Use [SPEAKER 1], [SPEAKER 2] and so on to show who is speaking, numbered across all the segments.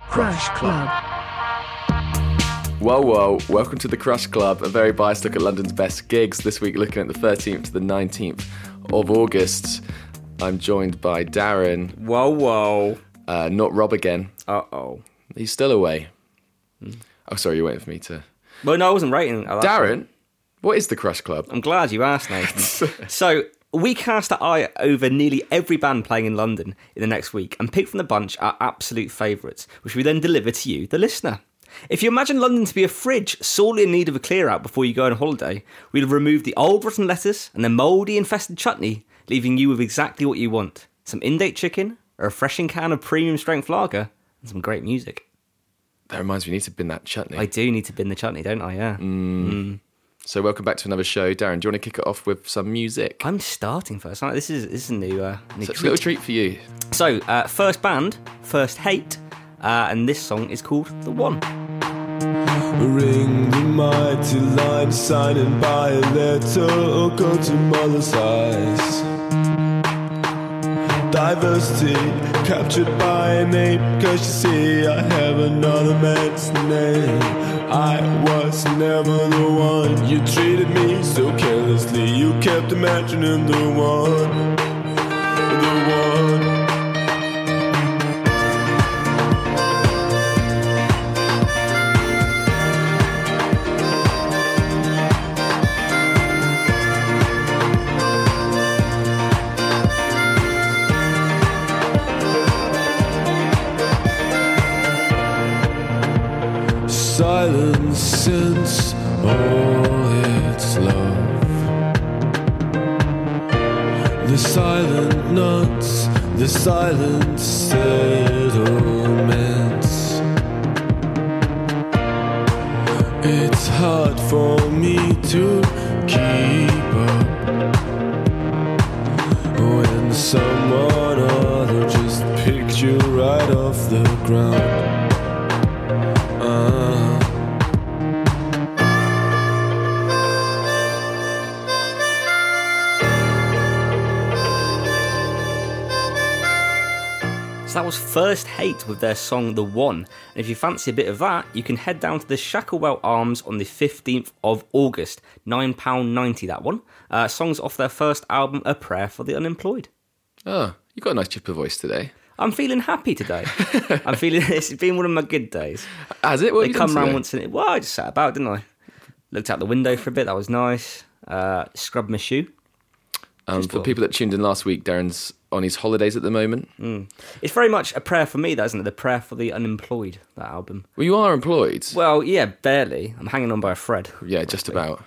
[SPEAKER 1] Crash Club.
[SPEAKER 2] Whoa, whoa, welcome to the Crush Club, a very biased look at London's best gigs. This week, looking at the 13th to the 19th of August. I'm joined by Darren,
[SPEAKER 3] Whoa, whoa.
[SPEAKER 2] uh, not Rob again.
[SPEAKER 3] Uh oh.
[SPEAKER 2] He's still away.
[SPEAKER 3] Hmm.
[SPEAKER 2] Oh, sorry, you're waiting for me to.
[SPEAKER 3] Well, no, I wasn't rating. I liked it.
[SPEAKER 2] Darren, what is the Crush Club?
[SPEAKER 3] I'm glad you asked, Nathan. so, we cast our eye over nearly every band playing in London in the next week and pick from the bunch our absolute favourites, which we then deliver to you, the listener. If you imagine London to be a fridge sorely in need of a clear out before you go on holiday, we'll remove the old rotten lettuce and the mouldy infested chutney, leaving you with exactly what you want some in date chicken, a refreshing can of premium strength lager, and some great music.
[SPEAKER 2] That reminds me, we need to bin that chutney.
[SPEAKER 3] I do need to bin the chutney, don't I? Yeah.
[SPEAKER 2] So, welcome back to another show. Darren, do you want to kick it off with some music?
[SPEAKER 3] I'm starting first. aren't I? This is this is a new, uh, new
[SPEAKER 2] Such a
[SPEAKER 3] treat.
[SPEAKER 2] little treat for you.
[SPEAKER 3] So, uh, first band, first hate, uh, and this song is called The One.
[SPEAKER 4] Ring the mighty line, sign and buy a letter, or go to mother's eyes. Diversity captured by name, cause you see, I have another man's name. I was never the one, you treated me so carelessly, you kept imagining the one. The one. silence since all its love. The silent nuts, the silent settlements. It's hard for me to keep up when someone other just picked you right off the ground. Uh.
[SPEAKER 3] So that was First Hate with their song The One. And if you fancy a bit of that, you can head down to the Shacklewell Arms on the 15th of August. £9.90 that one. Uh, songs off their first album, A Prayer for the Unemployed.
[SPEAKER 2] Oh, you got a nice chipper voice today.
[SPEAKER 3] I'm feeling happy today. I'm feeling it's been one of my good days.
[SPEAKER 2] Has it? What have
[SPEAKER 3] they
[SPEAKER 2] you done
[SPEAKER 3] come round
[SPEAKER 2] today?
[SPEAKER 3] once in well, I just sat about, didn't I? Looked out the window for a bit, that was nice. Uh, scrubbed my shoe.
[SPEAKER 2] Um, for people that tuned in last week, Darren's on his holidays at the moment.
[SPEAKER 3] Mm. It's very much a prayer for me, that isn't it? The prayer for the unemployed, that album.
[SPEAKER 2] Well, you are employed.
[SPEAKER 3] Well, yeah, barely. I'm hanging on by a thread.
[SPEAKER 2] yeah, just about.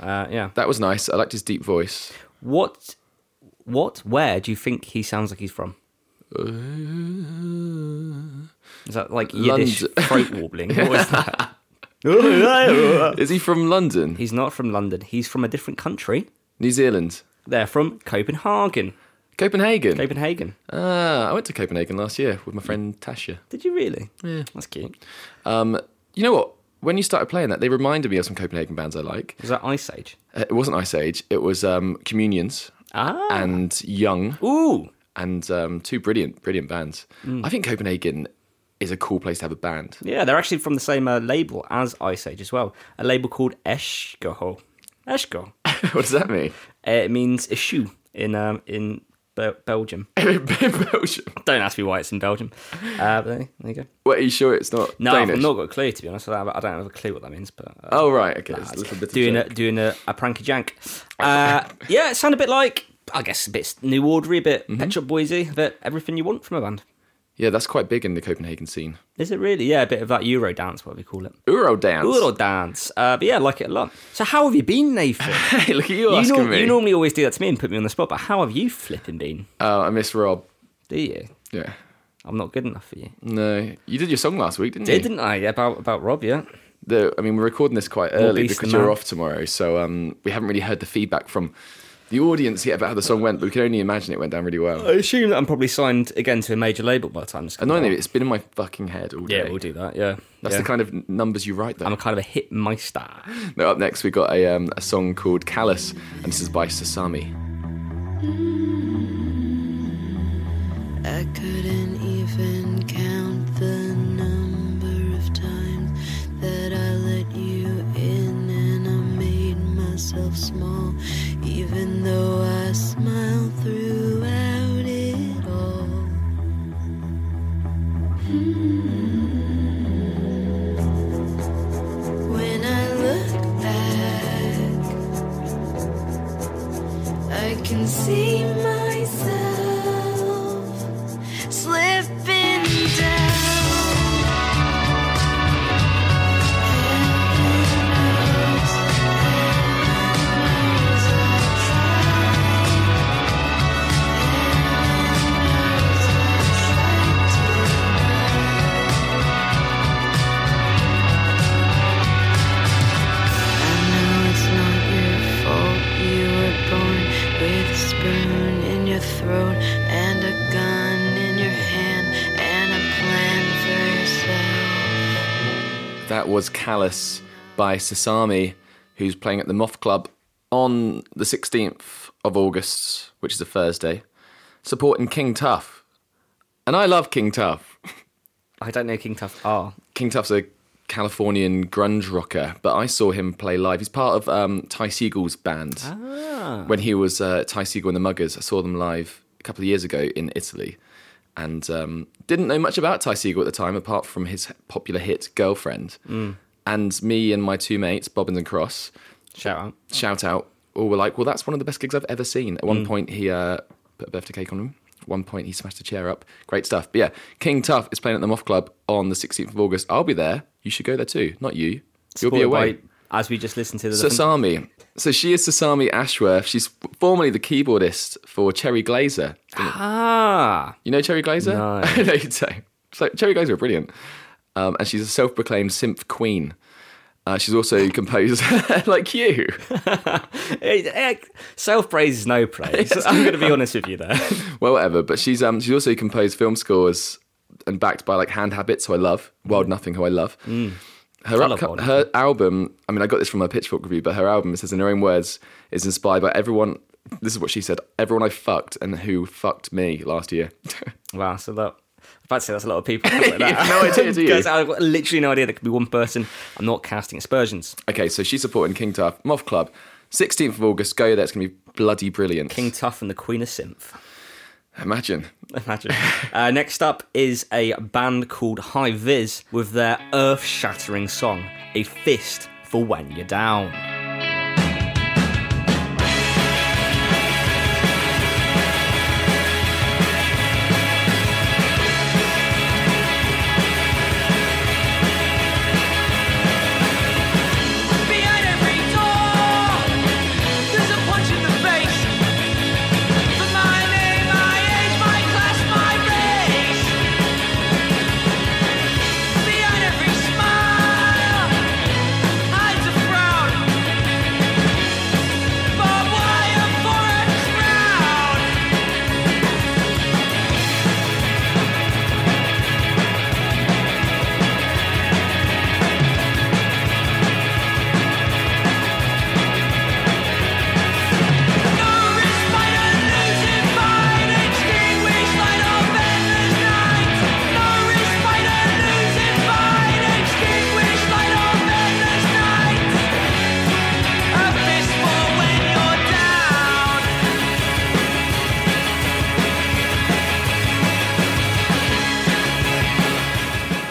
[SPEAKER 3] Uh, yeah.
[SPEAKER 2] That was nice. I liked his deep voice.
[SPEAKER 3] What, what, where do you think he sounds like he's from? Is that like Yiddish
[SPEAKER 2] London.
[SPEAKER 3] throat warbling? What was that?
[SPEAKER 2] Is he from London?
[SPEAKER 3] he's not from London. He's from a different country.
[SPEAKER 2] New Zealand?
[SPEAKER 3] They're from Copenhagen.
[SPEAKER 2] Copenhagen?
[SPEAKER 3] Copenhagen.
[SPEAKER 2] ah, I went to Copenhagen last year with my friend Tasha.
[SPEAKER 3] Did you really? Yeah. That's cute.
[SPEAKER 2] Um, you know what? When you started playing that, they reminded me of some Copenhagen bands I like.
[SPEAKER 3] Was that Ice Age?
[SPEAKER 2] Uh, It wasn't Ice Age. It was um, Communions
[SPEAKER 3] Ah.
[SPEAKER 2] and Young
[SPEAKER 3] Ooh.
[SPEAKER 2] and um, two brilliant, brilliant bands.
[SPEAKER 3] Mm.
[SPEAKER 2] I think Copenhagen is a cool place to have a band.
[SPEAKER 3] Yeah, they're actually from the same uh, label as Ice Age as well. A label called Uh, Eshgohol. Eshgohol.
[SPEAKER 2] what does that mean?
[SPEAKER 3] Uh, It means issue in um, in Bel Belgium.
[SPEAKER 2] in Belgium.
[SPEAKER 3] Don't ask me why it's in Belgium. Uh, but there there you go.
[SPEAKER 2] Wait, are you sure it's not
[SPEAKER 3] No,
[SPEAKER 2] Danish?
[SPEAKER 3] I've not got a clue to be honest. I don't have, I don't have a clue what that means, but uh,
[SPEAKER 2] Oh right, okay. it's a little bit of
[SPEAKER 3] doing a,
[SPEAKER 2] joke.
[SPEAKER 3] doing a, a pranky jank. Uh, yeah, it sounded a bit like I guess a bit new ordery, a bit
[SPEAKER 2] Mm-hmm.
[SPEAKER 3] Pet Shop Boysy, a bit everything you want from a band.
[SPEAKER 2] Yeah, that's quite big in the Copenhagen scene.
[SPEAKER 3] Is it really? Yeah, a bit of that Euro dance, whatever you call it.
[SPEAKER 2] Euro dance.
[SPEAKER 3] Euro dance. Uh, but yeah, I like it a lot. So how have you been, Nathan?
[SPEAKER 2] Hey, look at you,
[SPEAKER 3] you,
[SPEAKER 2] asking
[SPEAKER 3] nor-
[SPEAKER 2] me.
[SPEAKER 3] you normally always do that to me and put me on the spot, but how have you flipping been?
[SPEAKER 2] Oh, I miss Rob.
[SPEAKER 3] Do you?
[SPEAKER 2] Yeah.
[SPEAKER 3] I'm not good enough for you.
[SPEAKER 2] Mm. No, you did your song last week, didn't you?
[SPEAKER 3] Did didn't I? Yeah, About about Rob, yeah.
[SPEAKER 2] the, I mean, we're recording this quite early
[SPEAKER 3] beast
[SPEAKER 2] because
[SPEAKER 3] the
[SPEAKER 2] you're
[SPEAKER 3] man.
[SPEAKER 2] off tomorrow, so um, we haven't really heard the feedback from the audience yet about how the song went, but we can only imagine it went down really well.
[SPEAKER 3] I assume that I'm probably signed again to a major label by the time this comes out.
[SPEAKER 2] Annoyingly, it's been in my fucking head all day.
[SPEAKER 3] Yeah, we'll do that. Yeah,
[SPEAKER 2] That's
[SPEAKER 3] yeah.
[SPEAKER 2] the kind of n- numbers you write, though.
[SPEAKER 3] I'm a kind of a hit meister.
[SPEAKER 2] No, up next we got a, um, a song called Callous, and this is by Sasami.
[SPEAKER 1] I couldn't even count the number of times that I let you in and I made myself small, even though I smiled throughout it all. When I look back, I can see myself slipping down. I know it's not your fault. You were born with a spoon in your throat and a gun in your hand and a plan for yourself.
[SPEAKER 2] That was Callous by Sasami, who's playing at the Moth Club on the 16th of August, which is a Thursday, supporting King Tough. And I love King Tough.
[SPEAKER 3] I don't know King Ah, Tough R.
[SPEAKER 2] King Tough's a Californian grunge rocker, but I saw him play live. He's part of um, Ty Seagull's band. When he was uh, Ty Siegel and the Muggers, I saw them live a couple of years ago in Italy and um, didn't know much about Ty Siegel at the time, apart from his popular hit Girlfriend. And me and my two mates, Bobbins and Cross,
[SPEAKER 3] Shout out.
[SPEAKER 2] shout out, all were like, well, that's one of the best gigs I've ever seen. At
[SPEAKER 3] Mm.
[SPEAKER 2] one point, he uh, put a birthday cake on him. At one point, he smashed a chair up. Great stuff. But yeah, King Tough is playing at the Moth Club on the 16th of August. I'll be there. You should go there too. Not you. You'll be
[SPEAKER 3] Supported
[SPEAKER 2] away.
[SPEAKER 3] by- as we just listened to the.
[SPEAKER 2] Sasami. So she is Sasami Ashworth. She's formerly the keyboardist for Cherry Glazer.
[SPEAKER 3] ah,
[SPEAKER 2] You know Cherry Glazer? No, you don't. So Cherry Glazer are brilliant, um, and she's a self-proclaimed synth queen. Uh, she's also a composer like you.
[SPEAKER 3] self praise is no praise. I'm going to be honest with you there.
[SPEAKER 2] Well, whatever. But she's um, she's also composed film scores and backed by like Hand Habits, who I love, Wild Nothing, who I love. Her,
[SPEAKER 3] Mm. I love
[SPEAKER 2] upco-
[SPEAKER 3] Wild
[SPEAKER 2] her album, I mean, I got this from her Pitchfork review, but her album, it says in her own words, is inspired by everyone. This is what she said everyone I fucked and who fucked me last year.
[SPEAKER 3] Wow, so that. I'm about to say that's a lot of people. Like
[SPEAKER 2] You
[SPEAKER 3] that.
[SPEAKER 2] have no idea, do you?
[SPEAKER 3] Guys, I've got literally no idea. There could be one person. I'm not casting aspersions.
[SPEAKER 2] okay, so she's supporting King Tough, Moth Club. 16th of August, go there. It's going to be bloody brilliant.
[SPEAKER 3] King Tough and the Queen of Synth.
[SPEAKER 2] Imagine.
[SPEAKER 3] Imagine. Uh, next up is a band called High Viz with their earth shattering song, A Fist for When You're Down.
[SPEAKER 5] Behind every door, there's a punch in the face. For my name, my age, my class, my race. Behind every smile, hides a frown.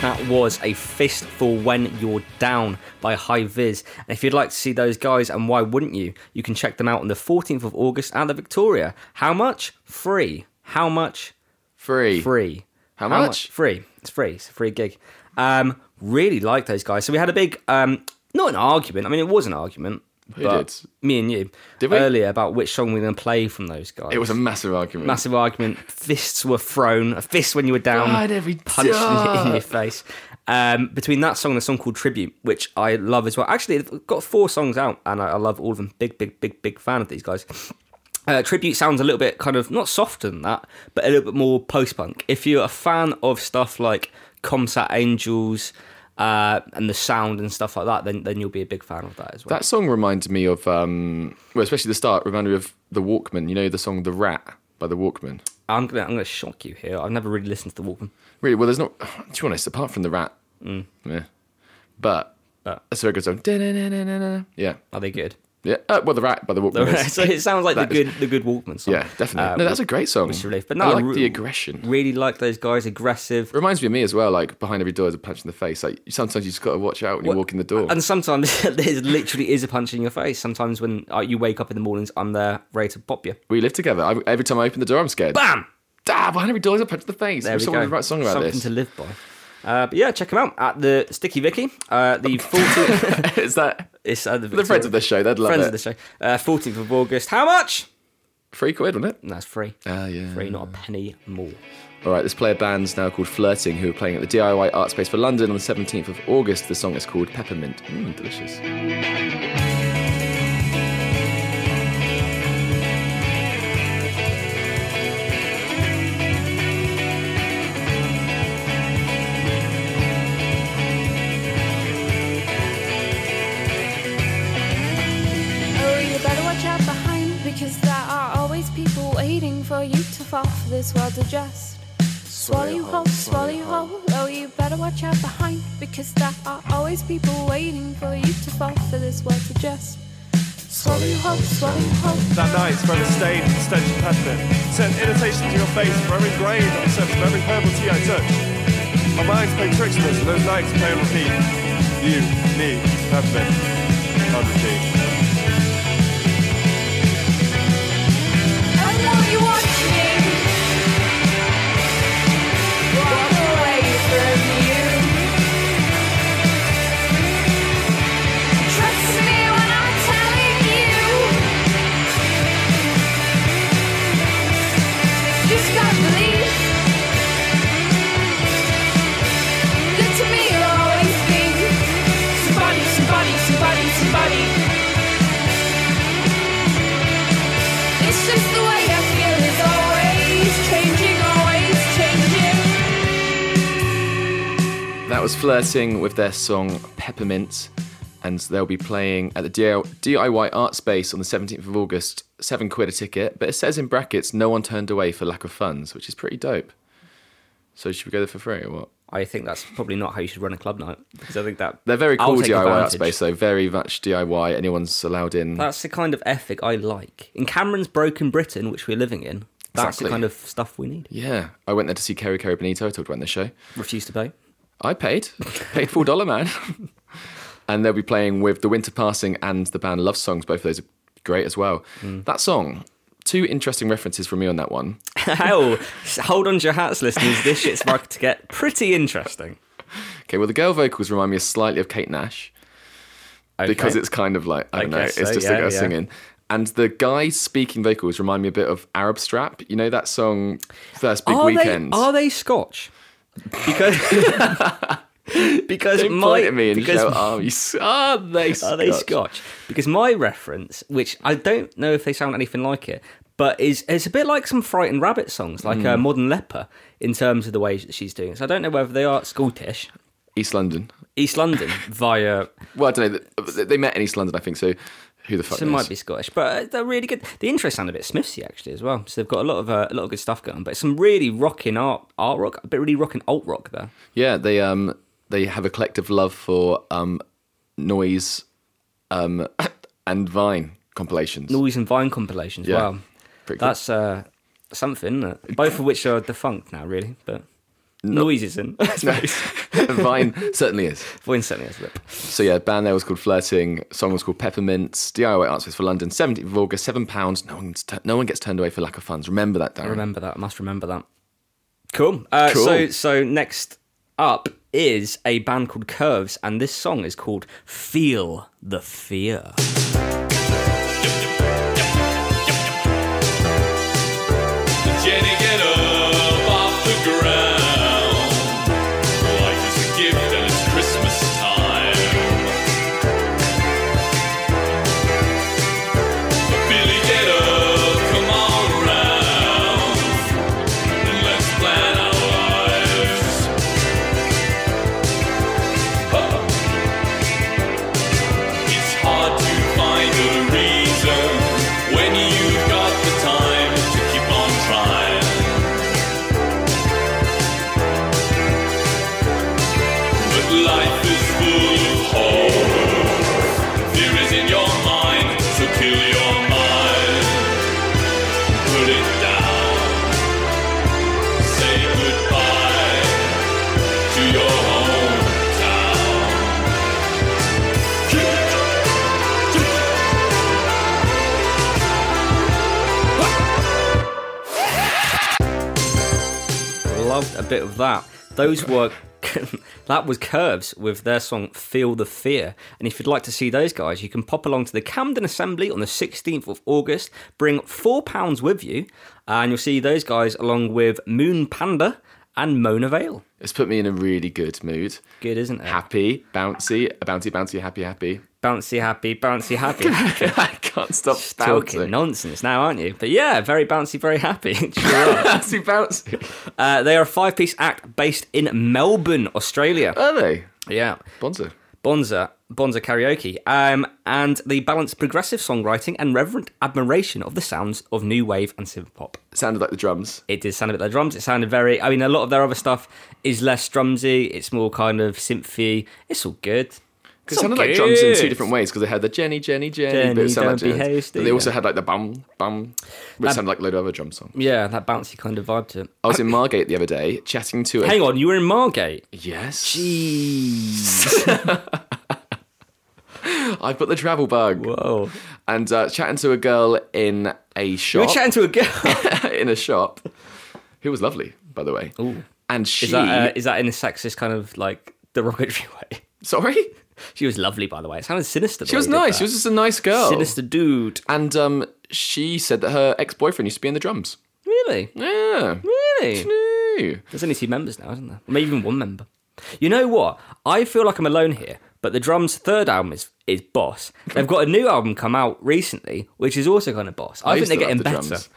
[SPEAKER 3] that was a fistful when you're down by High Viz. And if you'd like to see those guys, and why wouldn't you? You can check them out on the 14th of August at the Victoria. How much? Free. How much?
[SPEAKER 2] Free.
[SPEAKER 3] Free.
[SPEAKER 2] How much?
[SPEAKER 3] Free. It's free. It's a free gig. Um, really like those guys. So we had a big, um, not an argument. I mean, it was an argument.
[SPEAKER 2] Who
[SPEAKER 3] but
[SPEAKER 2] did?
[SPEAKER 3] Me and you.
[SPEAKER 2] Did we?
[SPEAKER 3] Earlier about which song we were going to play from those guys.
[SPEAKER 2] It was a massive argument.
[SPEAKER 3] Massive argument. Fists were thrown. A fist when you were down.
[SPEAKER 2] God, every
[SPEAKER 3] punched in,
[SPEAKER 2] time.
[SPEAKER 3] in your face. Um, between that song and the song called Tribute, which I love as well. Actually, I've got four songs out, and I, I love all of them. Big, big, big, big fan of these guys. Uh, Tribute sounds a little bit kind of not softer than that, but a little bit more post punk. If you're a fan of stuff like Comsat Angels uh, and the sound and stuff like that, then then you'll be a big fan of that as well.
[SPEAKER 2] That song reminds me of, um, well, especially the start, reminded me of The Walkman. You know the song The Rat by The Walkman?
[SPEAKER 3] I'm gonna I'm gonna shock you here. I've never really listened to the Walkman.
[SPEAKER 2] Really, well, there's not, to be honest, apart from The Rat.
[SPEAKER 3] Mm.
[SPEAKER 2] Yeah. But,
[SPEAKER 3] But-
[SPEAKER 2] that's a very good song. Da-na-na-na-na-na. Yeah.
[SPEAKER 3] Are they good?
[SPEAKER 2] Yeah. Uh, well, The Rat by The Walkman. is-
[SPEAKER 3] so it sounds like the
[SPEAKER 2] that is-
[SPEAKER 3] good the good Walkman song.
[SPEAKER 2] Yeah, definitely.
[SPEAKER 3] Uh,
[SPEAKER 2] no, that's a great song.
[SPEAKER 3] which is a relief. But
[SPEAKER 2] I
[SPEAKER 3] no,
[SPEAKER 2] like
[SPEAKER 3] re-
[SPEAKER 2] the aggression.
[SPEAKER 3] Really like those guys, aggressive.
[SPEAKER 2] Reminds me of me as well. Like behind every door is a punch in the face. Like sometimes you just got to watch out when you walk in the door.
[SPEAKER 3] And sometimes there's literally is a punch in your face. Sometimes when uh, you wake up in the mornings, I'm there ready to pop you.
[SPEAKER 2] we live together. I, every time I open the door, I'm scared.
[SPEAKER 3] Bam!
[SPEAKER 2] Dad, behind every door is a punch in the face.
[SPEAKER 3] There
[SPEAKER 2] Wish
[SPEAKER 3] we
[SPEAKER 2] someone
[SPEAKER 3] go.
[SPEAKER 2] would write a song about
[SPEAKER 3] Something
[SPEAKER 2] this.
[SPEAKER 3] to live by. Uh, but yeah, check them out at the Sticky Vicky. Uh, the 14th.
[SPEAKER 2] is that
[SPEAKER 3] it's at the,
[SPEAKER 2] the friends
[SPEAKER 3] Victoria.
[SPEAKER 2] of the show? They'd love
[SPEAKER 3] Friends
[SPEAKER 2] it.
[SPEAKER 3] of the show. Uh, 14th of August. How much?
[SPEAKER 2] Three quid, wasn't it?
[SPEAKER 3] No, it's free.
[SPEAKER 2] Ah, yeah.
[SPEAKER 3] Free, not a penny more.
[SPEAKER 2] All right, this player band's now called Flirting, who are playing at the DIY Art Space for London on the 17th of August. The song is called Peppermint. Mmm, delicious.
[SPEAKER 6] Oh, you better watch out behind because there are always people waiting for you to fall for this world to just swallow you whole, swallow you whole. Oh, you better watch out behind because there are always people waiting for you to fall for this world to just swallow you whole, swallow you whole.
[SPEAKER 4] That night, spread a stain, stench peppermint. Sent irritation to your face for every grain I accept from every purple tea I touch. My mind's playing tricks on us, and those nights play on repeat. You, me, peppermint, on repeat.
[SPEAKER 6] I know you want me. Walk away from you. Trust me when I'm telling you. Just gotta believe that to me you'll always be somebody, somebody, somebody, somebody. It's just the way I feel is always changing, always changing.
[SPEAKER 2] That was Flirting with their song Peppermint, and they'll be playing at the DIY Art Space on the 17th of August. Seven quid a ticket, but it says in brackets, no one turned away for lack of funds, which is pretty dope. So, should we go there for free or what?
[SPEAKER 3] I think that's probably not how you should run a club night because I think that
[SPEAKER 2] They're very
[SPEAKER 3] I'll
[SPEAKER 2] cool
[SPEAKER 3] take
[SPEAKER 2] DIY art
[SPEAKER 3] advantage.
[SPEAKER 2] space, though. Very much DIY. Anyone's allowed in.
[SPEAKER 3] That's the kind of ethic I like. In Cameron's broken Britain, which we're living in, that's
[SPEAKER 2] Exactly.
[SPEAKER 3] the kind of stuff we need.
[SPEAKER 2] yeah, I went there to see Kerry Kerry Benito. I talked about it in the show.
[SPEAKER 3] Refuse to pay.
[SPEAKER 2] I paid, paid full dollar, man. and they'll be playing with the Winter Passing and the band Love Songs. Both of those are great as well.
[SPEAKER 3] Mm.
[SPEAKER 2] That song, two interesting references from me on that one.
[SPEAKER 3] Hell, s- hold on to your hats, listeners. This shit's about to get pretty interesting.
[SPEAKER 2] Okay, well, the girl vocals remind me slightly of Kate Nash because
[SPEAKER 3] Okay.
[SPEAKER 2] it's kind of like I don't know,
[SPEAKER 3] guess
[SPEAKER 2] it's
[SPEAKER 3] so,
[SPEAKER 2] just a
[SPEAKER 3] yeah,
[SPEAKER 2] girl
[SPEAKER 3] yeah.
[SPEAKER 2] singing. And the guy speaking vocals remind me a bit of Arab Strap. You know that song, First Big
[SPEAKER 3] are
[SPEAKER 2] Weekend.
[SPEAKER 3] They, are they Scotch? Because because
[SPEAKER 2] Don't
[SPEAKER 3] my
[SPEAKER 2] point at me and
[SPEAKER 3] because
[SPEAKER 2] shout, are, you, s- are they Scotch?
[SPEAKER 3] Are they Scotch? Because my reference, which I don't know if they sound anything like it, but is it's a bit like some Frightened Rabbit songs, like
[SPEAKER 2] Hmm.
[SPEAKER 3] uh, Modern Leper, in terms of the way that she's doing. it. So I don't know whether they are Scottish,
[SPEAKER 2] East London.
[SPEAKER 3] East London via.
[SPEAKER 2] Well, I don't know. They- They met in East London, I think. So who the fuck?
[SPEAKER 3] So it
[SPEAKER 2] knows?
[SPEAKER 3] might be Scottish, but uh, they're really good. The intro sound a bit Smithsy actually as well. So they've got a lot of uh, a lot of good stuff going. on. But some really rocking art art rock, a bit really rocking alt rock there.
[SPEAKER 2] Yeah, they um they have a collective love for um noise um and Vine compilations.
[SPEAKER 3] Noise and Vine compilations.
[SPEAKER 2] Yeah.
[SPEAKER 3] Wow,
[SPEAKER 2] Pretty cool.
[SPEAKER 3] that's uh, something. Isn't it? Both of which are defunct now, really. But Noise isn't.
[SPEAKER 2] Vine certainly is.
[SPEAKER 3] Voin certainly has a rip.
[SPEAKER 2] So yeah, band there was called Flirting. Song was called Peppermints. DIY Arts Fest for London, 17th of August, seven pounds. No one, no one gets turned away for lack of funds. Remember that, Darren.
[SPEAKER 3] I remember that. I must remember that. Cool. Uh,
[SPEAKER 2] Cool.
[SPEAKER 3] So, so next up is a band called Curves, and this song is called "Feel the Fear."
[SPEAKER 7] Jenny, get up off the ground. Life is a gift and it's Christmas time. Billy, get up, come on round. And let's plan our lives. Huh. It's hard to find a reason when you've got the time to keep on trying. But life is full of horror. Fear is in your mind, so kill your mind. Put it down. Say goodbye to your hometown.
[SPEAKER 3] Loved a bit of that. Those were that was Curves with their song "Feel the Fear." And if you'd like to see those guys, you can pop along to the Camden Assembly on the 16th of August. Bring four pounds with you, and you'll see those guys along with Moon Panda and Mona Vale.
[SPEAKER 2] It's put me in a really good mood.
[SPEAKER 3] Good, isn't it?
[SPEAKER 2] Happy, bouncy, bouncy, bouncy, happy, happy.
[SPEAKER 3] Bouncy, happy, bouncy, happy.
[SPEAKER 2] I can't stop
[SPEAKER 3] talking
[SPEAKER 2] bouncing.
[SPEAKER 3] nonsense now, aren't you? But yeah, very bouncy, very happy. Sure are.
[SPEAKER 2] Bouncy, bouncy.
[SPEAKER 3] uh, they are a five piece act based in Melbourne, Australia.
[SPEAKER 2] Are they?
[SPEAKER 3] Yeah.
[SPEAKER 2] Bonzo.
[SPEAKER 3] Bonza, Bonza Karaoke. Um, and they balance progressive songwriting and reverent admiration of the sounds of new wave and synth pop.
[SPEAKER 2] Sounded like the drums.
[SPEAKER 3] It did sound a bit like drums. It sounded very, I mean, a lot of their other stuff is less drumsy, it's more kind of synthy. It's all good.
[SPEAKER 2] It sounded like drums in two
[SPEAKER 3] good.
[SPEAKER 2] different ways because they had the Jenny, Jenny, Jenny, but
[SPEAKER 3] Jenny,
[SPEAKER 2] it sounded like
[SPEAKER 3] don't be
[SPEAKER 2] Jenny.
[SPEAKER 3] hasty, Um,
[SPEAKER 2] But they also
[SPEAKER 3] yeah.
[SPEAKER 2] had like the bum, bum, which
[SPEAKER 3] That-
[SPEAKER 2] sounded like a load of other drum songs.
[SPEAKER 3] Yeah, that bouncy kind of vibe to it.
[SPEAKER 2] I was in Margate the other day chatting to a.
[SPEAKER 3] Hang on, you were in Margate.
[SPEAKER 2] Yes.
[SPEAKER 3] Jeez.
[SPEAKER 2] I've got the travel bug.
[SPEAKER 3] Whoa.
[SPEAKER 2] And uh, chatting to a girl in a
[SPEAKER 3] You
[SPEAKER 2] shop.
[SPEAKER 3] were chatting to a girl.
[SPEAKER 2] in a shop who was lovely, by the way. And she.
[SPEAKER 3] Is that, uh, is that in a sexist kind of like derogatory way?
[SPEAKER 2] sorry?
[SPEAKER 3] She was lovely, by the way. It sounded sinister. the
[SPEAKER 2] She
[SPEAKER 3] way
[SPEAKER 2] was
[SPEAKER 3] you did
[SPEAKER 2] nice.
[SPEAKER 3] that.
[SPEAKER 2] She was just a nice girl.
[SPEAKER 3] sinister dude.
[SPEAKER 2] And um, she said that her ex boyfriend used to be in the drums.
[SPEAKER 3] Really?
[SPEAKER 2] Yeah.
[SPEAKER 3] Really?
[SPEAKER 2] No.
[SPEAKER 3] There's only two members now, isn't there? Maybe even one member. You know what? I feel like I'm alone here, but the drums' third album is is boss. They've got a new album come out recently, which is also kind of boss. I, think
[SPEAKER 2] used
[SPEAKER 3] they're
[SPEAKER 2] to
[SPEAKER 3] getting
[SPEAKER 2] love the
[SPEAKER 3] better.
[SPEAKER 2] drums.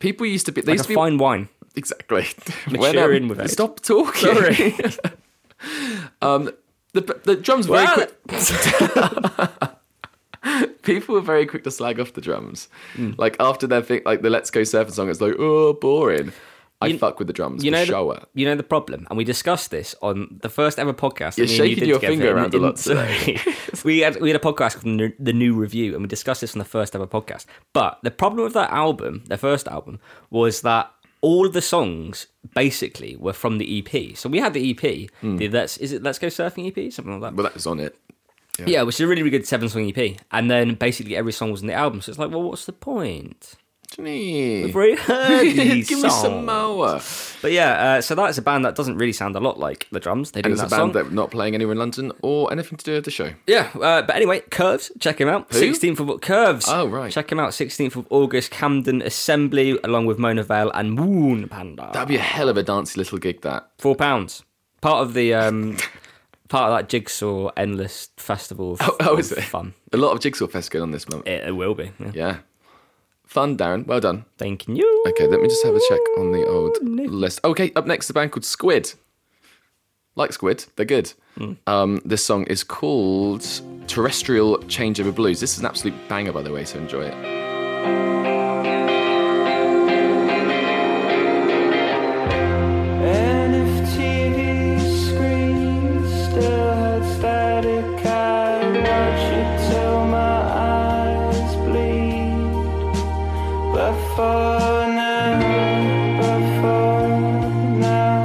[SPEAKER 2] People used to be. They
[SPEAKER 3] Like
[SPEAKER 2] used to be
[SPEAKER 3] a fine wine.
[SPEAKER 2] exactly. um,
[SPEAKER 3] Maturing with age.
[SPEAKER 2] Stop talking.
[SPEAKER 3] Sorry.
[SPEAKER 2] um, the the drums were very
[SPEAKER 3] Well-
[SPEAKER 2] quick. People were very quick to slag off the drums.
[SPEAKER 3] Hmm.
[SPEAKER 2] Like after their thing, like the Let's Go Surfing song, it's like oh boring. I fuck with the drums.
[SPEAKER 3] you know,
[SPEAKER 2] for
[SPEAKER 3] the,
[SPEAKER 2] sure.
[SPEAKER 3] you know the problem, and we discussed this on the first ever podcast. that
[SPEAKER 2] You're
[SPEAKER 3] me and you
[SPEAKER 2] shaking
[SPEAKER 3] did
[SPEAKER 2] your
[SPEAKER 3] together
[SPEAKER 2] finger
[SPEAKER 3] in-
[SPEAKER 2] around a
[SPEAKER 3] in-
[SPEAKER 2] lot
[SPEAKER 3] sorry. we had we had a podcast called New- the New Review, and we discussed this on the first ever podcast. But the problem with that album, their first album, was that all the songs basically were from the EP. So we had the EP.
[SPEAKER 2] Hmm.
[SPEAKER 3] The Let's is it Let's Go Surfing EP, something like that.
[SPEAKER 2] Well, that was on it.
[SPEAKER 3] yeah, which is a really, really good seven song EP. And then basically every song was in the album. So it's like, well, what's the point?
[SPEAKER 2] Give
[SPEAKER 3] Very early
[SPEAKER 2] me some
[SPEAKER 3] songs.
[SPEAKER 2] more.
[SPEAKER 3] But yeah, uh, so that's a band that doesn't really sound a lot like the drums. They do
[SPEAKER 2] And it's a
[SPEAKER 3] that
[SPEAKER 2] band
[SPEAKER 3] song.
[SPEAKER 2] that not playing anywhere in London or anything to do with the show.
[SPEAKER 3] Yeah, uh, but anyway, Curves, check him out. Sixteenth of Curves.
[SPEAKER 2] Oh, right.
[SPEAKER 3] check him out. Sixteenth of August, Camden Assembly, along with Mona Vale and Moon Panda.
[SPEAKER 2] That'd be a hell of a dancey little gig. That
[SPEAKER 3] Four pounds. Part of the um, part of that jigsaw endless festival. Of,
[SPEAKER 2] oh, oh, is
[SPEAKER 3] of
[SPEAKER 2] it
[SPEAKER 3] fun?
[SPEAKER 2] A lot of jigsaw fest going on this month.
[SPEAKER 3] It, it will be. Yeah.
[SPEAKER 2] Yeah, fun, Darren. Well done.
[SPEAKER 3] Thank you.
[SPEAKER 2] Okay, let me just have a check on the old list. Okay, up next, the band called Squid. Like Squid, they're good. Um, this song is called Terrestrial Changeover Blues. This is an absolute banger, by the way, so enjoy it.
[SPEAKER 7] And if TV screens still had static, I'd watch it till my eyes bleed. But for now, but for now,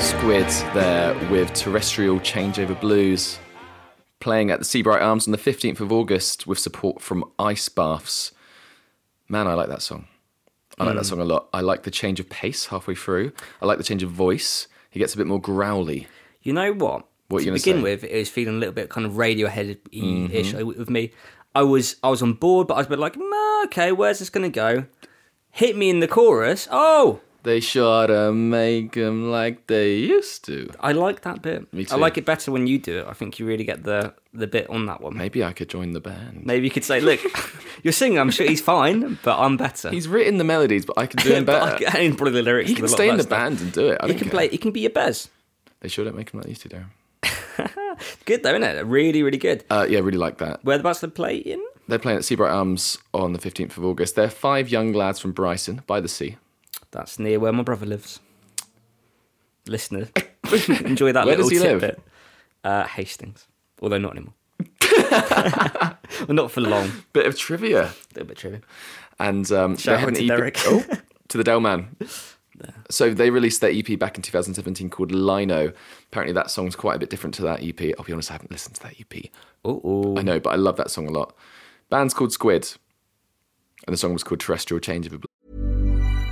[SPEAKER 2] Squid there with Terrestrial Changeover Blues, playing at the Seabright Arms on the 15th of August with support from Ice Baths. Man, I like that song. I like that song a lot. I like the change of pace halfway through. I like the change of voice. He gets a bit more growly.
[SPEAKER 3] You know what?
[SPEAKER 2] What
[SPEAKER 3] to
[SPEAKER 2] you gonna
[SPEAKER 3] begin
[SPEAKER 2] say? Mm-hmm.
[SPEAKER 3] with, it was feeling a little bit kind of Radiohead ish with me. I was I was on board, but I was a bit like, "Mm, okay, where's this going to go? Hit me in the chorus. Oh,
[SPEAKER 2] They sure to make 'em like they used to.
[SPEAKER 3] I like that bit.
[SPEAKER 2] Me
[SPEAKER 3] I
[SPEAKER 2] too.
[SPEAKER 3] like it better when you do it. I think you really get the the bit on that one.
[SPEAKER 2] Maybe I could join the band.
[SPEAKER 3] Maybe you could say, "Look, you're singing. I'm sure he's fine, but I'm better."
[SPEAKER 2] He's written the melodies, but I can do him
[SPEAKER 3] But I
[SPEAKER 2] better.
[SPEAKER 3] can- and probably the lyrics.
[SPEAKER 2] He
[SPEAKER 3] to
[SPEAKER 2] can
[SPEAKER 3] a lot
[SPEAKER 2] stay
[SPEAKER 3] of
[SPEAKER 2] in
[SPEAKER 3] that
[SPEAKER 2] the
[SPEAKER 3] stuff.
[SPEAKER 2] band and do it. I
[SPEAKER 3] He
[SPEAKER 2] don't
[SPEAKER 3] can
[SPEAKER 2] care.
[SPEAKER 3] play. He can be your best.
[SPEAKER 2] They sure don't make 'em like they used to, Darren.
[SPEAKER 3] Good though, isn't it? Really, really good.
[SPEAKER 2] Uh, yeah, really like that.
[SPEAKER 3] Whereabouts they play in?
[SPEAKER 2] They're playing at Seabright Arms on the 15th of August. They're five young lads from Brighton by the sea.
[SPEAKER 3] That's near where my brother lives. Listener, enjoy that
[SPEAKER 2] Where does
[SPEAKER 3] little
[SPEAKER 2] he live?
[SPEAKER 3] tidbit. Uh, Hastings, although not anymore. well, not for long.
[SPEAKER 2] Bit of trivia.
[SPEAKER 3] A little bit trivial.
[SPEAKER 2] And um,
[SPEAKER 3] Shout
[SPEAKER 2] they have
[SPEAKER 3] out
[SPEAKER 2] an
[SPEAKER 3] to
[SPEAKER 2] EP
[SPEAKER 3] Derek.
[SPEAKER 2] Oh, to the Dell Man. So they released their EP back in 2017 called Lino. Apparently, that song's quite a bit different to that EP. I'll be honest, I haven't listened to that E EP.
[SPEAKER 3] Oh,
[SPEAKER 2] I know, but I love that song a lot. Band's called Squid, and the song was called Terrestrial Change of a Blue.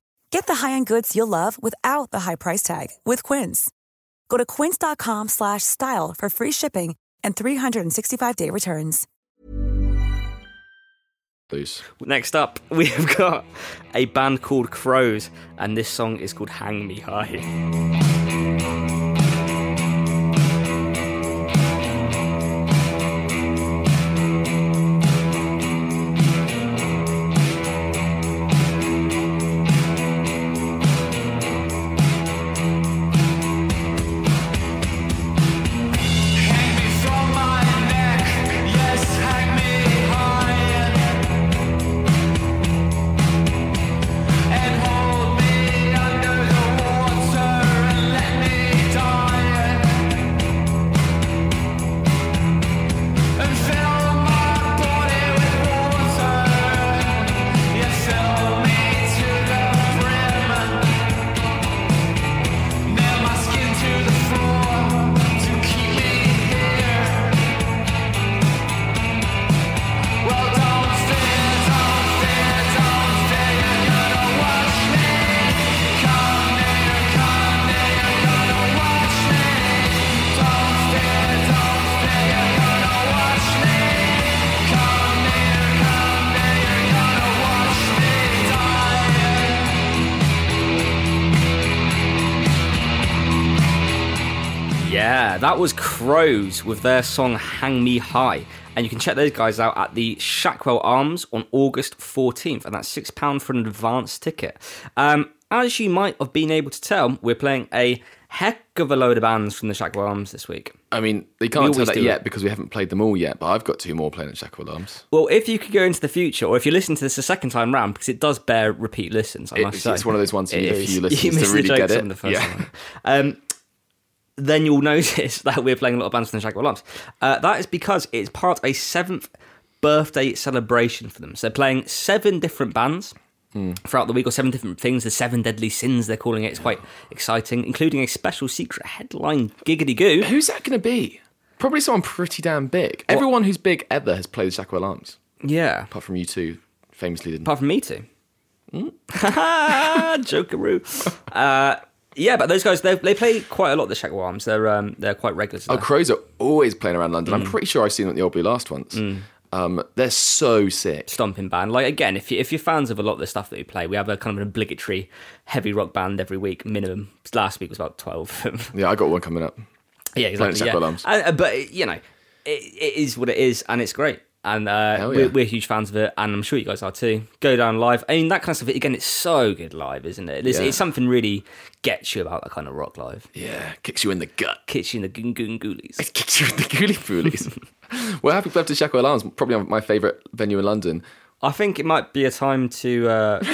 [SPEAKER 8] Get the high-end goods you'll love without the high price tag with Quince. Go to quince.com/style slash style for free shipping and 365-day returns.
[SPEAKER 2] Blues.
[SPEAKER 3] Next up, we have got a band called Crows, and this song is called Hang Me High. Yeah, that was Crows with their song Hang Me High. And you can check those guys out at the Shackwell Arms on August 14th, and that's £6 for an advance ticket. Um, as you might have been able to tell, we're playing a heck of a load of bands from the Shackwell Arms this week.
[SPEAKER 2] I mean, they
[SPEAKER 3] We
[SPEAKER 2] can't tell
[SPEAKER 3] always
[SPEAKER 2] that
[SPEAKER 3] do
[SPEAKER 2] yet
[SPEAKER 3] it.
[SPEAKER 2] because we haven't played them all yet, but I've got two more playing at Shackle Arms.
[SPEAKER 3] Well, if you could go into the future, or if you listen to this a second time round, because it does bear repeat listens, I
[SPEAKER 2] It-
[SPEAKER 3] must
[SPEAKER 2] it's-
[SPEAKER 3] say.
[SPEAKER 2] it's one of those ones you
[SPEAKER 3] It
[SPEAKER 2] need a
[SPEAKER 3] is.
[SPEAKER 2] few listens
[SPEAKER 3] you
[SPEAKER 2] to
[SPEAKER 3] missed the
[SPEAKER 2] really
[SPEAKER 3] jokes
[SPEAKER 2] get it.
[SPEAKER 3] on the first
[SPEAKER 2] Yeah.
[SPEAKER 3] one. Um, then you'll notice that we're playing a lot of bands from the Jaguar Lumps. Uh, that is because it's part of a seventh birthday celebration for them. So they're playing seven different bands throughout the week, or seven different things. The Seven Deadly Sins, they're calling it. It's quite exciting, including a special secret headline, Giggity Goo.
[SPEAKER 2] Who's that going to be? Probably someone pretty damn big. Everyone who's big ever has played the Jack of Alarms,
[SPEAKER 3] Yeah.
[SPEAKER 2] apart from you two, famously didn't.
[SPEAKER 3] Apart from me too. Mm. Jokeroo. Uh, yeah, but those guys, they, they play quite a lot, the Shackle Arms. They're, um, they're quite regulars.
[SPEAKER 2] Oh,
[SPEAKER 3] there.
[SPEAKER 2] crows are always playing around London. I'm pretty sure I've seen them at the Old Blue last once. Um, they're so sick.
[SPEAKER 3] stomping band. Like again, if you if you're fans of a lot of the stuff that we play, we have a kind of an obligatory heavy rock band every week minimum. Last week was about twelve. of them.
[SPEAKER 2] Yeah, I got one coming up.
[SPEAKER 3] yeah,
[SPEAKER 2] Planet
[SPEAKER 3] exactly.
[SPEAKER 2] Jack
[SPEAKER 3] Yeah.
[SPEAKER 2] Alarms.
[SPEAKER 3] And- uh, but you know, it, it is what it is, and it's great. And uh,
[SPEAKER 2] Hell yeah.
[SPEAKER 3] we're, we're huge fans of it, and I'm sure you guys are too. Go down live. I mean, that kind of stuff. Again, it's so good live, isn't it? It's,
[SPEAKER 2] Yeah.
[SPEAKER 3] it's something really gets you about that kind of rock live.
[SPEAKER 2] Yeah, kicks you in the gut.
[SPEAKER 3] Kitchen the goon goon goolies.
[SPEAKER 2] It kicks you in the gooly poolies. well, happy birthday to Shackle Alarms. Probably my favourite venue in London.
[SPEAKER 3] I think it might be a time to uh,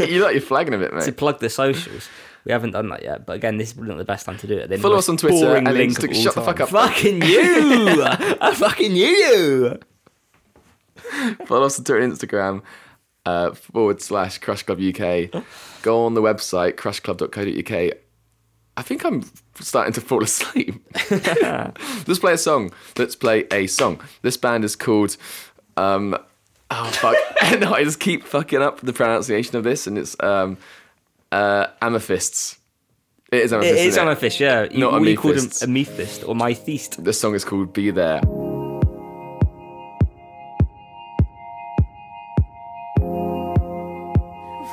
[SPEAKER 2] you like you're flagging a bit,
[SPEAKER 3] to
[SPEAKER 2] mate.
[SPEAKER 3] plug the socials. We haven't done that yet, but again, this is probably not the best time to do it. They're the
[SPEAKER 2] Follow
[SPEAKER 3] most
[SPEAKER 2] us on Twitter
[SPEAKER 3] boring
[SPEAKER 2] and
[SPEAKER 3] link
[SPEAKER 2] Insta-
[SPEAKER 3] of all
[SPEAKER 2] shut the
[SPEAKER 3] time.
[SPEAKER 2] fuck up.
[SPEAKER 3] Fucking you! I fucking knew you.
[SPEAKER 2] Follow us on Twitter and Instagram. Uh, forward slash Crush Club UK. Go on the website crushclub.co.uk. I think I'm starting to fall asleep. Let's play a song. Let's play a song. This band is called. Um, oh fuck! no, I just keep fucking up the pronunciation of this, and it's um, uh, amethysts. It is
[SPEAKER 3] It
[SPEAKER 2] amethysts.
[SPEAKER 3] is
[SPEAKER 2] isn't
[SPEAKER 3] on a fish, yeah. You,
[SPEAKER 2] Not
[SPEAKER 3] what do you called him
[SPEAKER 2] amethysts.
[SPEAKER 3] a methist or my theist.
[SPEAKER 2] This song is called "Be There."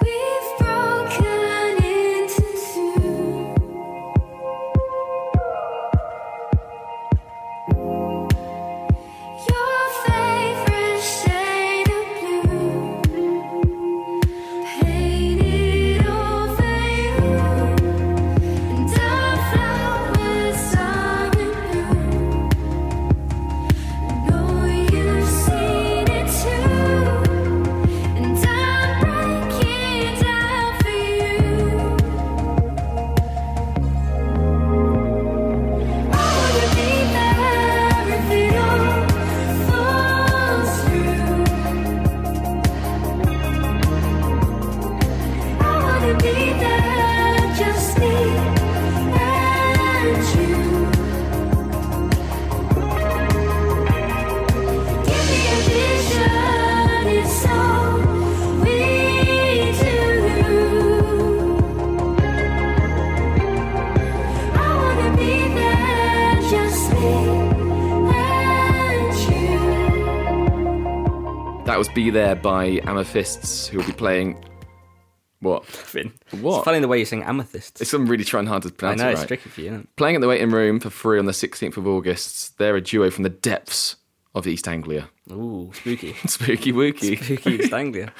[SPEAKER 7] We've broken into two. Your favorite shade of blue, painted over you, and our flowers are blue. Know you've seen it too. And I'm breaking down for you. I wanna be there if it all falls through. I wanna be there, just me and you. Give me a vision, it's all we do. I wanna be there, just me and you.
[SPEAKER 2] That was "Be There" by Amethysts, who will be playing. What?
[SPEAKER 3] Finn.
[SPEAKER 2] What?
[SPEAKER 3] It's funny the way you're saying amethyst.
[SPEAKER 2] It's I'm really trying hard to
[SPEAKER 3] I
[SPEAKER 2] pronounce
[SPEAKER 3] know,
[SPEAKER 2] it
[SPEAKER 3] it's
[SPEAKER 2] right.
[SPEAKER 3] tricky for you. Isn't it?
[SPEAKER 2] Playing at the Waiting Room for free on the 16th of August, they're a duo from the depths of East Anglia.
[SPEAKER 3] Ooh, spooky.
[SPEAKER 2] Spooky wookie.
[SPEAKER 3] spooky East Anglia.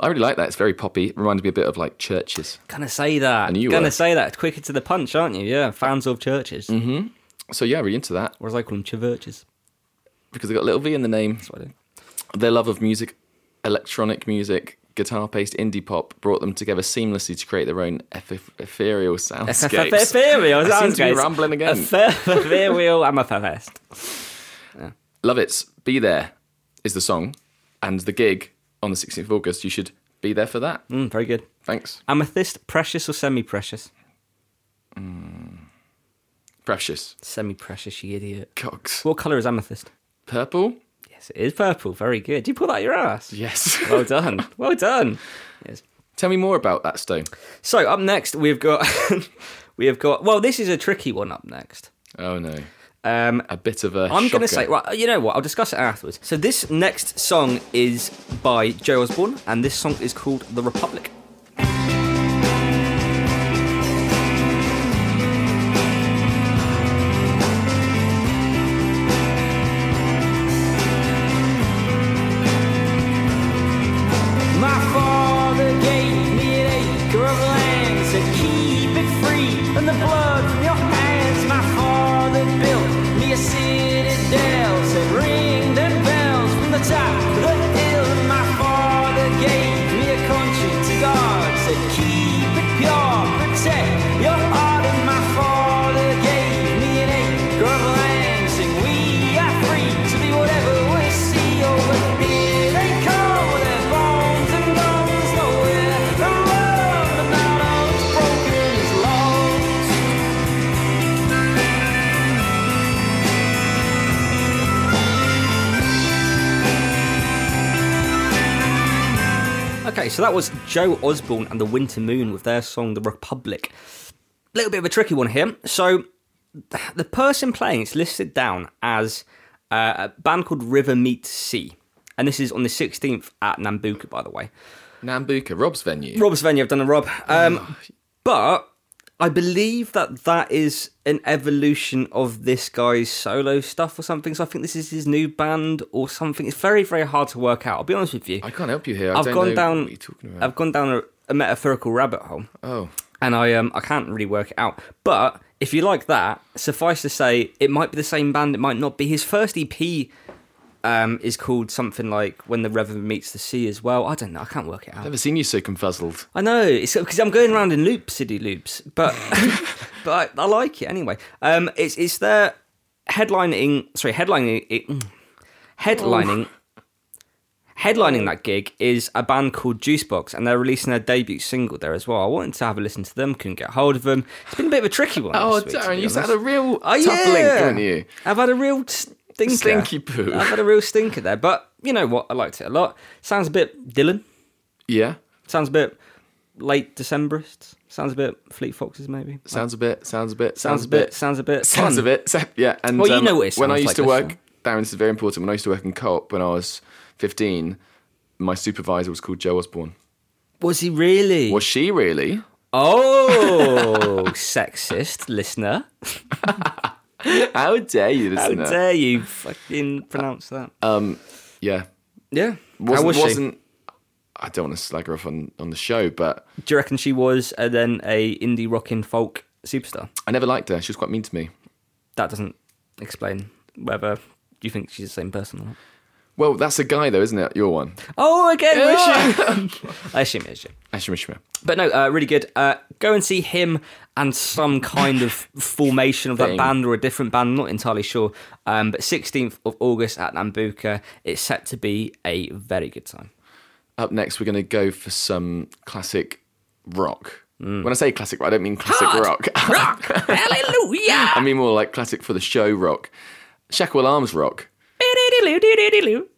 [SPEAKER 2] I really like that. It's very poppy. It reminds me a bit of like churches.
[SPEAKER 3] Gonna say that.
[SPEAKER 2] And you
[SPEAKER 3] Gonna
[SPEAKER 2] were. Mm-hmm.
[SPEAKER 3] say that. Quicker to the punch, aren't you? Yeah, fans of churches.
[SPEAKER 2] So yeah, really into that
[SPEAKER 3] Or as I call them, churches.
[SPEAKER 2] because they got a little V in the name.
[SPEAKER 3] That's what I do.
[SPEAKER 2] Their love of music, electronic music, guitar-based indie pop brought them together seamlessly to create their own eth- ethereal soundscapes.
[SPEAKER 3] Ethereal
[SPEAKER 2] I seem to be
[SPEAKER 3] soundscapes.
[SPEAKER 2] rambling again.
[SPEAKER 3] Ethereal amethyst.
[SPEAKER 2] Love It's Be There is the song and the gig on the 16th of August. You should be there for that.
[SPEAKER 3] Mm, very good.
[SPEAKER 2] Thanks.
[SPEAKER 3] Amethyst, precious or semi-precious?
[SPEAKER 2] Precious.
[SPEAKER 3] Semi-precious, you idiot.
[SPEAKER 2] Cox.
[SPEAKER 3] What colour is amethyst?
[SPEAKER 2] Purple?
[SPEAKER 3] Yes, it is purple. Very good. Did you pull that out your ass?
[SPEAKER 2] Yes.
[SPEAKER 3] Well done. well done. Yes.
[SPEAKER 2] Tell me more about that stone.
[SPEAKER 3] So up next we've got we have got well this is a tricky one up next.
[SPEAKER 2] Oh no.
[SPEAKER 3] Um,
[SPEAKER 2] A bit of a
[SPEAKER 3] I'm going
[SPEAKER 2] shocker.
[SPEAKER 3] to say, well, you know what? I'll discuss it afterwards. So this next song is by Joe Osborne, and this song is called "The Republic." My father gave me an acre of land, said keep it free from the blood from your hands. My father built me a citadel, said ring the bells from the top of the hill. And my father gave me a conscience, as I Okay, so that was Joe Osborne and the Winter Moon with their song The Republic. A little bit of a tricky one here. So the person playing it's listed down as uh, a band called River Meets Sea. And this is on the 16th at Nambuka, by the way.
[SPEAKER 2] Nambuka, Rob's venue.
[SPEAKER 3] Rob's venue, I've done a Rob.
[SPEAKER 2] Oh.
[SPEAKER 3] Um, but I believe that that is an evolution of this guy's solo stuff or something. So I think this is his new band or something. It's very, very hard to work out. I'll be honest with you.
[SPEAKER 2] I can't help you here. I
[SPEAKER 3] I've
[SPEAKER 2] don't
[SPEAKER 3] gone
[SPEAKER 2] know
[SPEAKER 3] down.
[SPEAKER 2] What you're talking about.
[SPEAKER 3] I've gone down a, a metaphorical rabbit hole,
[SPEAKER 2] oh,
[SPEAKER 3] and I um I can't really work it out. But if you like that, suffice to say, it might be the same band. It might not be. His first EP um is called something like When the Reverend Meets the Sea as well. I don't know. I can't work it out.
[SPEAKER 2] never seen you so confuzzled.
[SPEAKER 3] I know it's because I'm going around in loops, city loops, but but I, I like it anyway. Um, it's it's their headlining, sorry, headlining, it, mm. headlining,
[SPEAKER 2] Oh.
[SPEAKER 3] headlining that gig is a band called Juicebox, and they're releasing their debut single there as well. I wanted to have a listen to them, couldn't get hold of them. It's been a bit of a tricky one.
[SPEAKER 2] Oh,
[SPEAKER 3] this week, to
[SPEAKER 2] Darren,
[SPEAKER 3] be
[SPEAKER 2] you had
[SPEAKER 3] honest.
[SPEAKER 2] a real
[SPEAKER 3] Oh,
[SPEAKER 2] tough
[SPEAKER 3] yeah.
[SPEAKER 2] link, haven't you?
[SPEAKER 3] I've had a real stinker.
[SPEAKER 2] Stinky poo.
[SPEAKER 3] I've had a real stinker there, but you know what? I liked it a lot. Sounds a bit Dylan.
[SPEAKER 2] Yeah.
[SPEAKER 3] Sounds a bit late Decemberists. Sounds a bit Fleet Foxes, maybe.
[SPEAKER 2] Sounds a bit. Sounds a bit.
[SPEAKER 3] Sounds a bit. Sounds a bit.
[SPEAKER 2] Sounds a
[SPEAKER 3] fun.
[SPEAKER 2] bit. so- Yeah. And
[SPEAKER 3] Well, you
[SPEAKER 2] um,
[SPEAKER 3] know what it
[SPEAKER 2] when I
[SPEAKER 3] sounds
[SPEAKER 2] used
[SPEAKER 3] like,
[SPEAKER 2] to
[SPEAKER 3] don't
[SPEAKER 2] work, Darren, this is very important. When I used to work in co-op when I was 15, my supervisor was called Joe Osborne.
[SPEAKER 3] Was he really?
[SPEAKER 2] Was she really?
[SPEAKER 3] oh, sexist listener!
[SPEAKER 2] How dare you,
[SPEAKER 3] How
[SPEAKER 2] listener?
[SPEAKER 3] dare you fucking pronounce that?
[SPEAKER 2] yeah.
[SPEAKER 3] yeah.
[SPEAKER 2] Wasn't,
[SPEAKER 3] How was she?
[SPEAKER 2] wasn't, I don't want to slag her off on, on the show, but
[SPEAKER 3] Do you reckon she was uh, then a indie rockin' folk superstar?
[SPEAKER 2] I never liked her. She was quite mean to me.
[SPEAKER 3] That doesn't explain whether you think she's the same person or not.
[SPEAKER 2] Well, that's a guy though, isn't it? Your one.
[SPEAKER 3] Oh, again, was she? I assume it's you.
[SPEAKER 2] Ashimishima.
[SPEAKER 3] But no, uh, really good. Uh, go and see him and some kind of formation of that
[SPEAKER 2] Thing.
[SPEAKER 3] band or a different band. I'm not entirely sure. Um, but 16th of August at Nambuka, it's set to be a very good time.
[SPEAKER 2] Up next, we're going to go for some classic rock. When I say classic rock, I don't mean classic rock.
[SPEAKER 3] Mm. Rock! Hallelujah!
[SPEAKER 2] I mean more like classic for the show rock. Shackle Arms rock.
[SPEAKER 3] Doo-doo-doo-doo-doo-doo.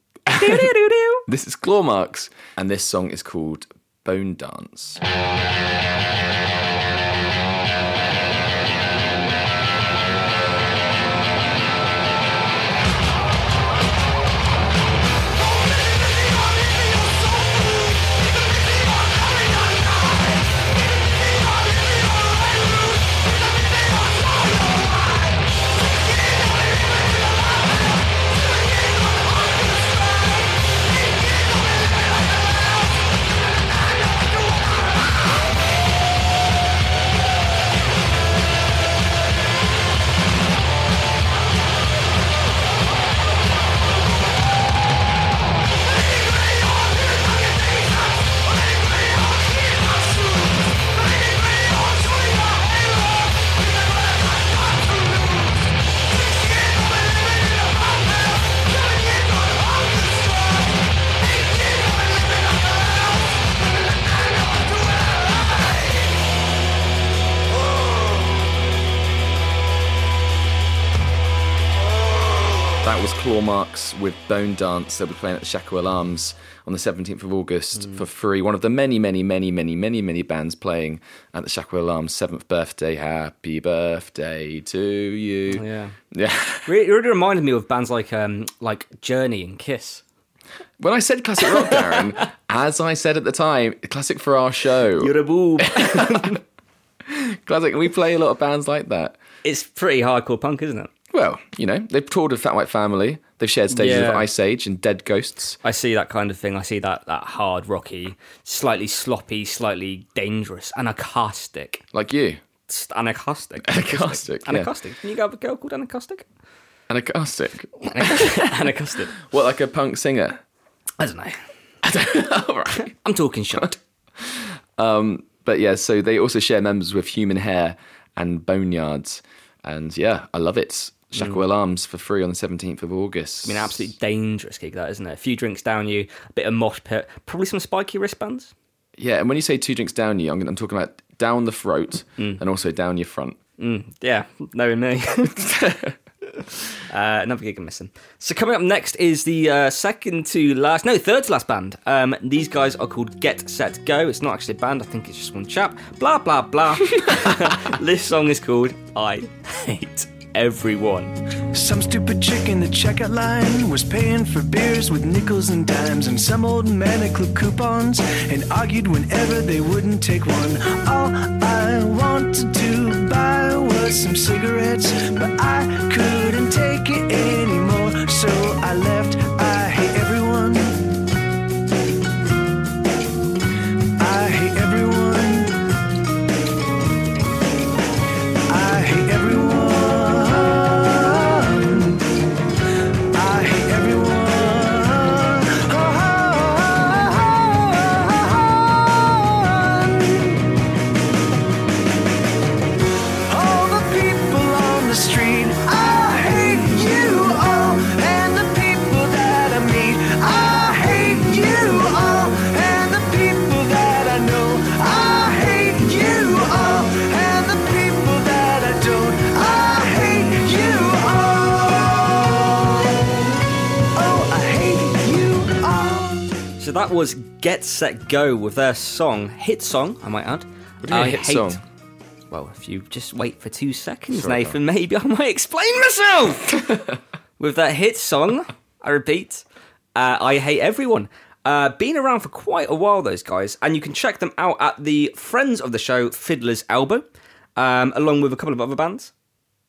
[SPEAKER 3] Doo-doo-doo-doo.
[SPEAKER 2] This is Clawmarks, and this song is called Bone Dance. That was Clawmarks with Bone Dance. They'll be playing at the Shackle Alarms on the 17th of August
[SPEAKER 3] Mm.
[SPEAKER 2] for free. One of the many, many, many, many, many, many bands playing at the Shackle Alarms' seventh birthday. Happy birthday to you.
[SPEAKER 3] Oh, Yeah.
[SPEAKER 2] Yeah.
[SPEAKER 3] Re- It really reminded me of bands like um, like Journey and Kiss.
[SPEAKER 2] When I said classic rock, Darren, as I said at the time, classic for our show.
[SPEAKER 3] You're a boob.
[SPEAKER 2] classic. We play a lot of bands like that.
[SPEAKER 3] it's pretty hardcore punk, isn't it?
[SPEAKER 2] Well, you know, they've toured with Fat White Family. They've shared stages
[SPEAKER 3] Yeah.
[SPEAKER 2] of Ice Age and Dead Ghosts.
[SPEAKER 3] I see that kind of thing. I see that, that hard, rocky, slightly sloppy, slightly dangerous, anarchistic.
[SPEAKER 2] Like you.
[SPEAKER 3] St- Anarchistic.
[SPEAKER 2] Anarchistic, yeah.
[SPEAKER 3] Anarchistic. Can you go have a girl called anarchistic?
[SPEAKER 2] Anarchistic.
[SPEAKER 3] anarchistic.
[SPEAKER 2] What, like a punk singer?
[SPEAKER 3] I don't know.
[SPEAKER 2] All right.
[SPEAKER 3] I'm talking shit.
[SPEAKER 2] But yeah, so they also share members with Human Hair and Boneyards. And yeah, I love it. Shackle Alarms for free on the 17th of August.
[SPEAKER 3] I mean, absolutely dangerous gig that, isn't it? A few drinks down you, a bit of mosh pit, probably some spiky wristbands.
[SPEAKER 2] Yeah, and when you say two drinks down you, I'm, gonna- I'm talking about Mm. down the throat and also down your front.
[SPEAKER 3] Yeah, knowing me. Uh, another gig I'm missing. So coming up next is the uh, second to last, no, third to last band. Um, these guys are called Get Set Go. It's not actually a band. I think it's just one chap. Blah blah blah. this song is called I Hate Everyone.
[SPEAKER 9] Some stupid chick in the checkout line was paying for beers with nickels and dimes, and some old man at club coupons, and argued whenever they wouldn't take one. All I wanted to buy was some cigarettes, but I couldn't take it anymore, so I left. I hate everyone. I hate everyone. I hate everyone. I hate Oh, oh, everyone. All the people on the street, I hate you all, and the people that I meet, I hate you all, and the people that I know, I hate you all, and the people that I don't, I hate you all. Oh, I hate you all.
[SPEAKER 3] So that was Get Set Go with their song, hit song, I might add.
[SPEAKER 2] do you mean, hit song?
[SPEAKER 3] Well, if you just wait for two seconds,
[SPEAKER 2] Sorry,
[SPEAKER 3] Nathan, maybe I might explain myself with that hit song. I repeat, uh, I hate everyone. Uh, been around for quite a while, those guys, and you can check them out at the friends of the show, Fiddler's Elbow, um, along with a couple of other bands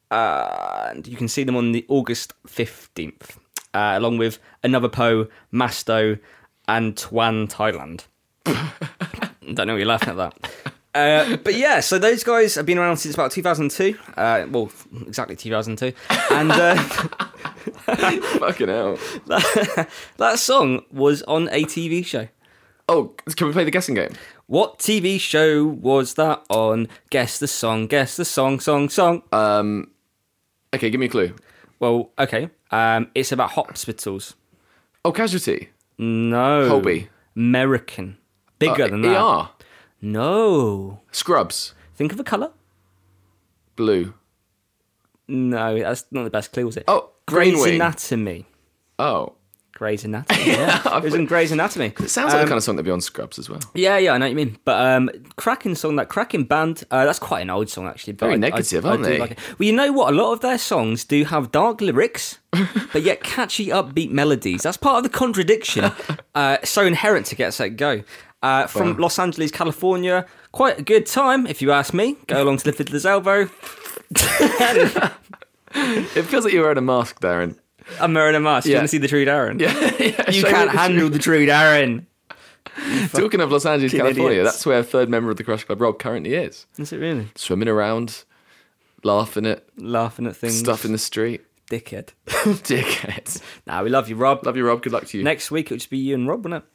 [SPEAKER 3] Uh, and you can see them on the August 15th, uh, along with Another Poe, Masto, and Twan Thailand. Don't know why you're laughing at that. Uh, but yeah, so those guys have been around since about 2002. Uh, well, f- exactly 2002. And uh,
[SPEAKER 2] Fucking hell.
[SPEAKER 3] that song was on a TV show.
[SPEAKER 2] Oh, can we play the guessing game?
[SPEAKER 3] What TV show was that on? Guess the song, guess the song, song, song. Uh,
[SPEAKER 2] Okay, give me a clue.
[SPEAKER 3] well, okay. Um, it's about hospitals.
[SPEAKER 2] Oh, Casualty.
[SPEAKER 3] No.
[SPEAKER 2] Colby.
[SPEAKER 3] American. Bigger
[SPEAKER 2] Uh,
[SPEAKER 3] than that.
[SPEAKER 2] ER.
[SPEAKER 3] No.
[SPEAKER 2] Scrubs.
[SPEAKER 3] Think of a colour.
[SPEAKER 2] Blue.
[SPEAKER 3] No, that's not the best clue, was it?
[SPEAKER 2] Oh,
[SPEAKER 3] Grey's
[SPEAKER 2] Green Wing.
[SPEAKER 3] Anatomy.
[SPEAKER 2] Oh.
[SPEAKER 3] Grey's Anatomy. Yeah. it was in Grey's Anatomy.
[SPEAKER 2] It sounds like the kind of song that'd be on Scrubs as well.
[SPEAKER 3] Yeah, yeah, I know what you mean. But um, cracking song, that cracking band. Uh, that's quite an old song, actually. But
[SPEAKER 2] Very
[SPEAKER 3] I- I-
[SPEAKER 2] negative,
[SPEAKER 3] I
[SPEAKER 2] aren't
[SPEAKER 3] do
[SPEAKER 2] they?
[SPEAKER 3] it. Well, you know what? A lot of their songs do have dark lyrics, but yet catchy, upbeat melodies. That's part of the contradiction. uh, so inherent to Get Set Go. Uh, from Los Angeles, California. Quite a good time, if you ask me. Go along to the Fiddler's Elbow.
[SPEAKER 2] It feels like you're wearing a mask there and
[SPEAKER 3] I'm wearing a mask. You
[SPEAKER 2] Yeah.
[SPEAKER 3] want to see the true Darren?
[SPEAKER 2] Yeah,
[SPEAKER 3] You
[SPEAKER 2] show me
[SPEAKER 3] can't
[SPEAKER 2] the
[SPEAKER 3] handle the true Darren.
[SPEAKER 2] Talking of Los Angeles, California,
[SPEAKER 3] idiots.
[SPEAKER 2] that's where third member of the Crush Club Rob currently is.
[SPEAKER 3] Is it really?
[SPEAKER 2] Swimming around, laughing at
[SPEAKER 3] Laughing at things.
[SPEAKER 2] stuff in the street.
[SPEAKER 3] Dickhead.
[SPEAKER 2] Dickheads.
[SPEAKER 3] Nah, we love you, Rob.
[SPEAKER 2] Love you, Rob. Good luck to you.
[SPEAKER 3] Next week, it'll just be you and Rob, won't it?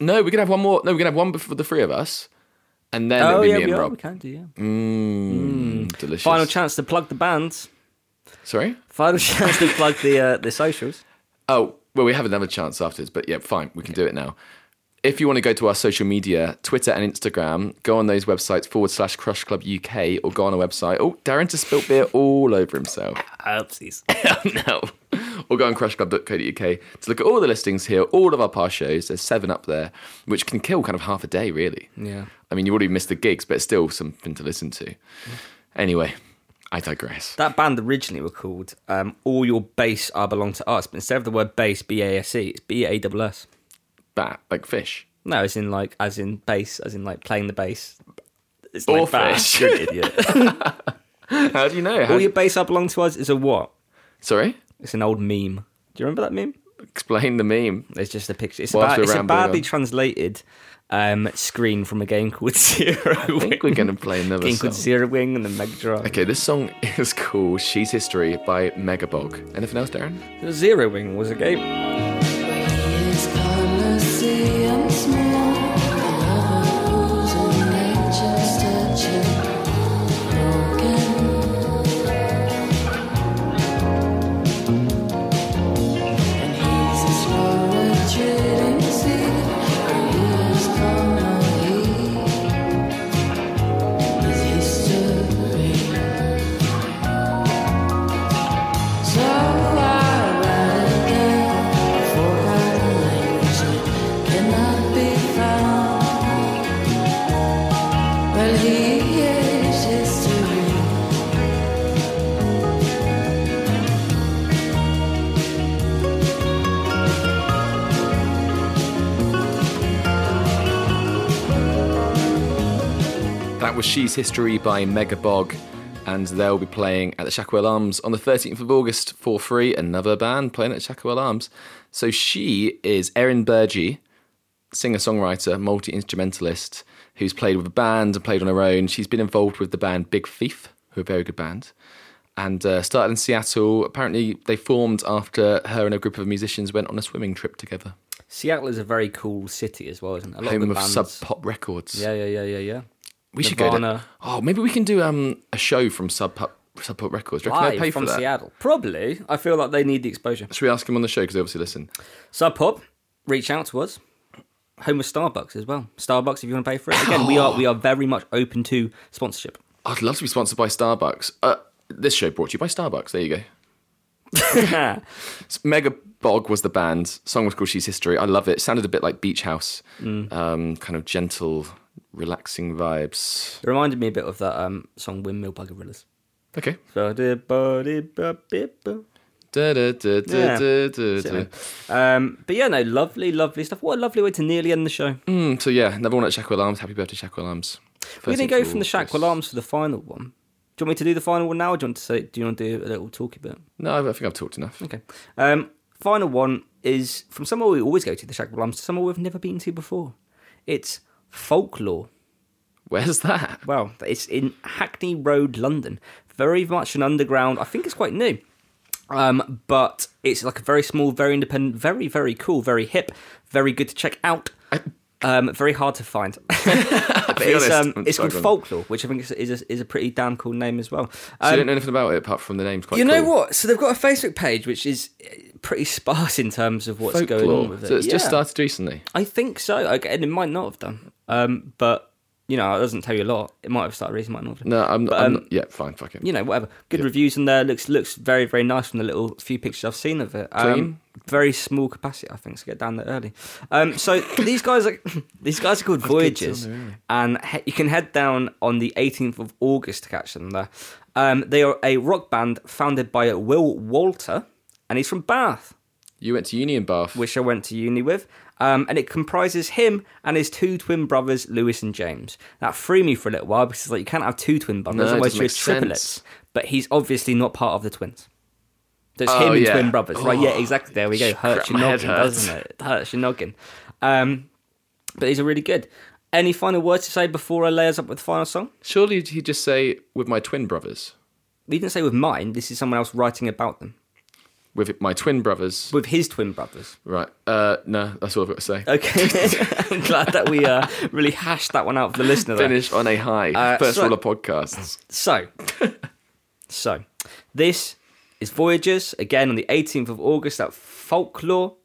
[SPEAKER 2] No, we're going to have one more. No, we're going to have one for the three of us. And then it'll be me and
[SPEAKER 3] are.
[SPEAKER 2] Rob.
[SPEAKER 3] We can do, Oh, yeah.
[SPEAKER 2] Mm, delicious.
[SPEAKER 3] Final chance to plug the bands.
[SPEAKER 2] Sorry?
[SPEAKER 3] Final chance to plug the uh, the socials.
[SPEAKER 2] Oh, well, we have another chance afterwards, but yeah, fine, we can do it now. If you want to go to our social media, Twitter and Instagram, go on those websites forward slash Crush Club UK or go on our website. Oh, Darren just spilt beer all over himself.
[SPEAKER 3] Oopsies.
[SPEAKER 2] no. Or go on crushclub.co.uk to look at all the listings here, all of our past shows. There's seven up there, which can kill kind of half a day, really.
[SPEAKER 3] Yeah.
[SPEAKER 2] I mean, you already missed the gigs, but it's still something to listen to. Anyway, I digress.
[SPEAKER 3] That band originally were called um, All Your Bass Are Belong to Us, but instead of the word bass, B A S E, it's B A S S.
[SPEAKER 2] Bat, like fish.
[SPEAKER 3] No, as in like, as in bass, as in like playing the bass. It's
[SPEAKER 2] Or
[SPEAKER 3] like that.
[SPEAKER 2] fish.
[SPEAKER 3] You're an idiot.
[SPEAKER 2] How do you know? How
[SPEAKER 3] All Your Bass Are Belong to Us is a what?
[SPEAKER 2] Sorry?
[SPEAKER 3] It's an old meme. Do you remember that meme?
[SPEAKER 2] Explain the meme.
[SPEAKER 3] It's just a picture. It's, a,
[SPEAKER 2] Whilst
[SPEAKER 3] bad,
[SPEAKER 2] we're
[SPEAKER 3] it's a
[SPEAKER 2] rambling
[SPEAKER 3] badly
[SPEAKER 2] on.
[SPEAKER 3] translated um, screen from a game called Zero
[SPEAKER 2] I think we're going to play another
[SPEAKER 3] game
[SPEAKER 2] song.
[SPEAKER 3] called Zero Wing and the Mega Drive.
[SPEAKER 2] Okay, this song is called She's History by Megabog. Anything else, Darren?
[SPEAKER 3] Zero Wing was a game.
[SPEAKER 9] So
[SPEAKER 2] That was She's History by Megabog, and they'll be playing at the Shackwell Arms on the 13th of August for free. Another band playing at Shackwell Arms. So she is Erin Burgee, singer songwriter, multi instrumentalist, who's played with a band and played on her own. She's been involved with the band Big Thief, who are a very good band, and uh, started in Seattle. Apparently, they formed after her and a group of musicians went on a swimming trip together.
[SPEAKER 3] Seattle is a very cool city as well, isn't it? A lot
[SPEAKER 2] Home
[SPEAKER 3] of,
[SPEAKER 2] of
[SPEAKER 3] good bands.
[SPEAKER 2] Sub Pop Records.
[SPEAKER 3] Yeah, yeah, yeah, yeah, yeah.
[SPEAKER 2] We should go.
[SPEAKER 3] Nirvana.
[SPEAKER 2] To, oh, maybe we can do um, a show from Sub Pop, Sub Pop Records. Do you reckon
[SPEAKER 3] Live
[SPEAKER 2] they'll pay
[SPEAKER 3] from
[SPEAKER 2] for that?
[SPEAKER 3] Seattle. Probably. I feel like they need the exposure.
[SPEAKER 2] Should we ask them on the show because they obviously listen?
[SPEAKER 3] Sub Pop, reach out to us. Home of Starbucks as well. Starbucks, if you want to pay for it. Again, we are we are very much open to sponsorship.
[SPEAKER 2] I'd love to be sponsored by Starbucks. Uh, this show brought to you by Starbucks. There you go. So Mega Bog was the band. Song was called She's History. I love it. Sounded a bit like Beach House,
[SPEAKER 3] Mm.
[SPEAKER 2] um, kind of gentle, relaxing vibes.
[SPEAKER 3] It reminded me a bit of that um, song Windmill by Gorillas.
[SPEAKER 2] Okay.
[SPEAKER 3] So da- ba- di- ba- bi- bu.
[SPEAKER 2] Da, da, da,
[SPEAKER 3] Yeah.
[SPEAKER 2] da, da, da,
[SPEAKER 3] Sit
[SPEAKER 2] da.
[SPEAKER 3] down. Um, but yeah, no, lovely, lovely stuff. What a lovely way to nearly end the show.
[SPEAKER 2] Mm, so yeah, another one at Shackle Arms. Happy birthday, Shackle Arms.
[SPEAKER 3] We're gonna
[SPEAKER 2] 13th
[SPEAKER 3] go
[SPEAKER 2] of
[SPEAKER 3] from the
[SPEAKER 2] August.
[SPEAKER 3] Shackwell Arms to the final one. Do you want me to do the final one now? Or do you want to say? Do you want to do a little talky bit?
[SPEAKER 2] No, I think I've talked enough.
[SPEAKER 3] Okay. Um, final one is from somewhere we always go to the Shackwell Arms to somewhere we've never been to before. It's folklore.
[SPEAKER 2] Where's that?
[SPEAKER 3] Well, it's in Hackney Road, London. Very much an underground. I think it's quite new. Um, but it's like a very small, very independent, very, very cool, very hip, very good to check out. Um, very hard to find. But
[SPEAKER 2] be
[SPEAKER 3] it's,
[SPEAKER 2] honest,
[SPEAKER 3] um,
[SPEAKER 2] I'm
[SPEAKER 3] it's called
[SPEAKER 2] struggling.
[SPEAKER 3] Folklore, which I think is, is, a, is a pretty damn cool name as well.
[SPEAKER 2] So you
[SPEAKER 3] Um,
[SPEAKER 2] don't know anything about it apart from the name's quite
[SPEAKER 3] you know
[SPEAKER 2] cool.
[SPEAKER 3] what? So they've got a Facebook page which is eh, pretty sparse in terms of what's going
[SPEAKER 2] Folklore.
[SPEAKER 3] on with it.
[SPEAKER 2] So it's just
[SPEAKER 3] Yeah.
[SPEAKER 2] started recently.
[SPEAKER 3] I think so. Okay, and it might not have done. Um, but you know, it doesn't tell you a lot. It might have started recently, might not. Have.
[SPEAKER 2] No, I'm,
[SPEAKER 3] But,
[SPEAKER 2] I'm
[SPEAKER 3] um,
[SPEAKER 2] not. Yeah, fine, fuck it.
[SPEAKER 3] You know, whatever. Good reviews in there. Looks looks very very nice from the little few pictures I've seen of it. Um,
[SPEAKER 2] Clean?
[SPEAKER 3] very small capacity, I think, to get down there early. Um, so these guys are these guys are called Voyagers,
[SPEAKER 2] down there early.
[SPEAKER 3] and he- you can head down on the 18th of August to catch them there. Um, they are a rock band founded by Will Walter, and he's from Bath
[SPEAKER 2] You went to uni in Bath.
[SPEAKER 3] which I went to uni with, um, and it comprises him and his two twin brothers, Lewis and James. That threw me for a little while because it's like you can't have two twin brothers,
[SPEAKER 2] No, it
[SPEAKER 3] otherwise
[SPEAKER 2] doesn't
[SPEAKER 3] you're
[SPEAKER 2] make sense.
[SPEAKER 3] triplets. But he's obviously not part of the twins. So it's
[SPEAKER 2] Oh,
[SPEAKER 3] him and
[SPEAKER 2] yeah.
[SPEAKER 3] twin brothers, right? Yeah,
[SPEAKER 2] Oh,
[SPEAKER 3] exactly. There we go.
[SPEAKER 2] crap,
[SPEAKER 3] Hurts your
[SPEAKER 2] my head
[SPEAKER 3] noggin,
[SPEAKER 2] hurts.
[SPEAKER 3] doesn't it? It hurts your noggin. Um, but these are really good. Any final words to say before I lay us up with the final song?
[SPEAKER 2] Surely he'd just say, with my twin brothers.
[SPEAKER 3] We didn't say with mine. This is someone else writing about them
[SPEAKER 2] With my twin brothers.
[SPEAKER 3] with his twin brothers.
[SPEAKER 2] Right. Uh, no, that's all I've got to say.
[SPEAKER 3] Okay, I'm glad that we uh, really hashed that one out for the listener. there.
[SPEAKER 2] Finish on a high.
[SPEAKER 3] Uh,
[SPEAKER 2] First
[SPEAKER 3] so-
[SPEAKER 2] rule of podcasts.
[SPEAKER 3] So, so this is Voyagers again on the 18th of August at Folklore,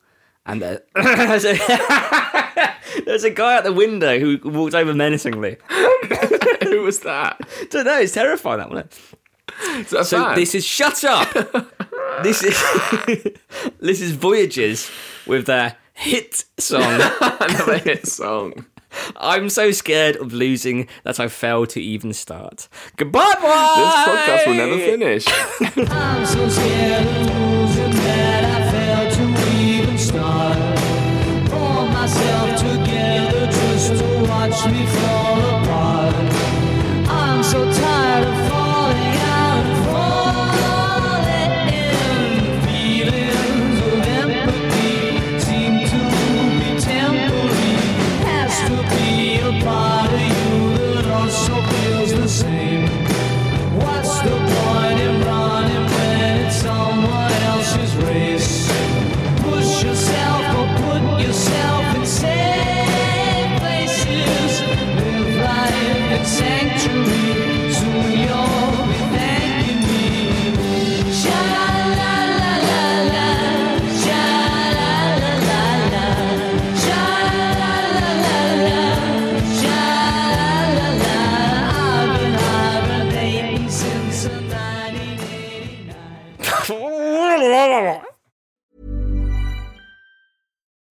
[SPEAKER 3] and uh, there's, a, there's a guy out the window who walked over menacingly.
[SPEAKER 2] Who was that?
[SPEAKER 3] Don't know. It's terrifying that one.
[SPEAKER 2] Is that a
[SPEAKER 3] So
[SPEAKER 2] fan?
[SPEAKER 3] this is shut up. this is this is Voyagers with their hit song.
[SPEAKER 2] another hit song.
[SPEAKER 3] I'm so scared of losing that I fail to even start. Goodbye. Bye.
[SPEAKER 2] This podcast will never finish.
[SPEAKER 7] I'm so scared of losing that I failed to even start. Pull myself together just to watch me fall apart. I'm so tired of falling out, falling in. Feelings of empathy seem to be temporary. Has to be a part of you that also feels the same. What's the point in running when it's someone else's race? Push yourself or put yourself in safe places. Live life in sanctuary. Soon you'll be thanking me. Sha la la la la. Sha la la la la. Sha la la la la. Sha la la la. I've been hibernating since the 1989.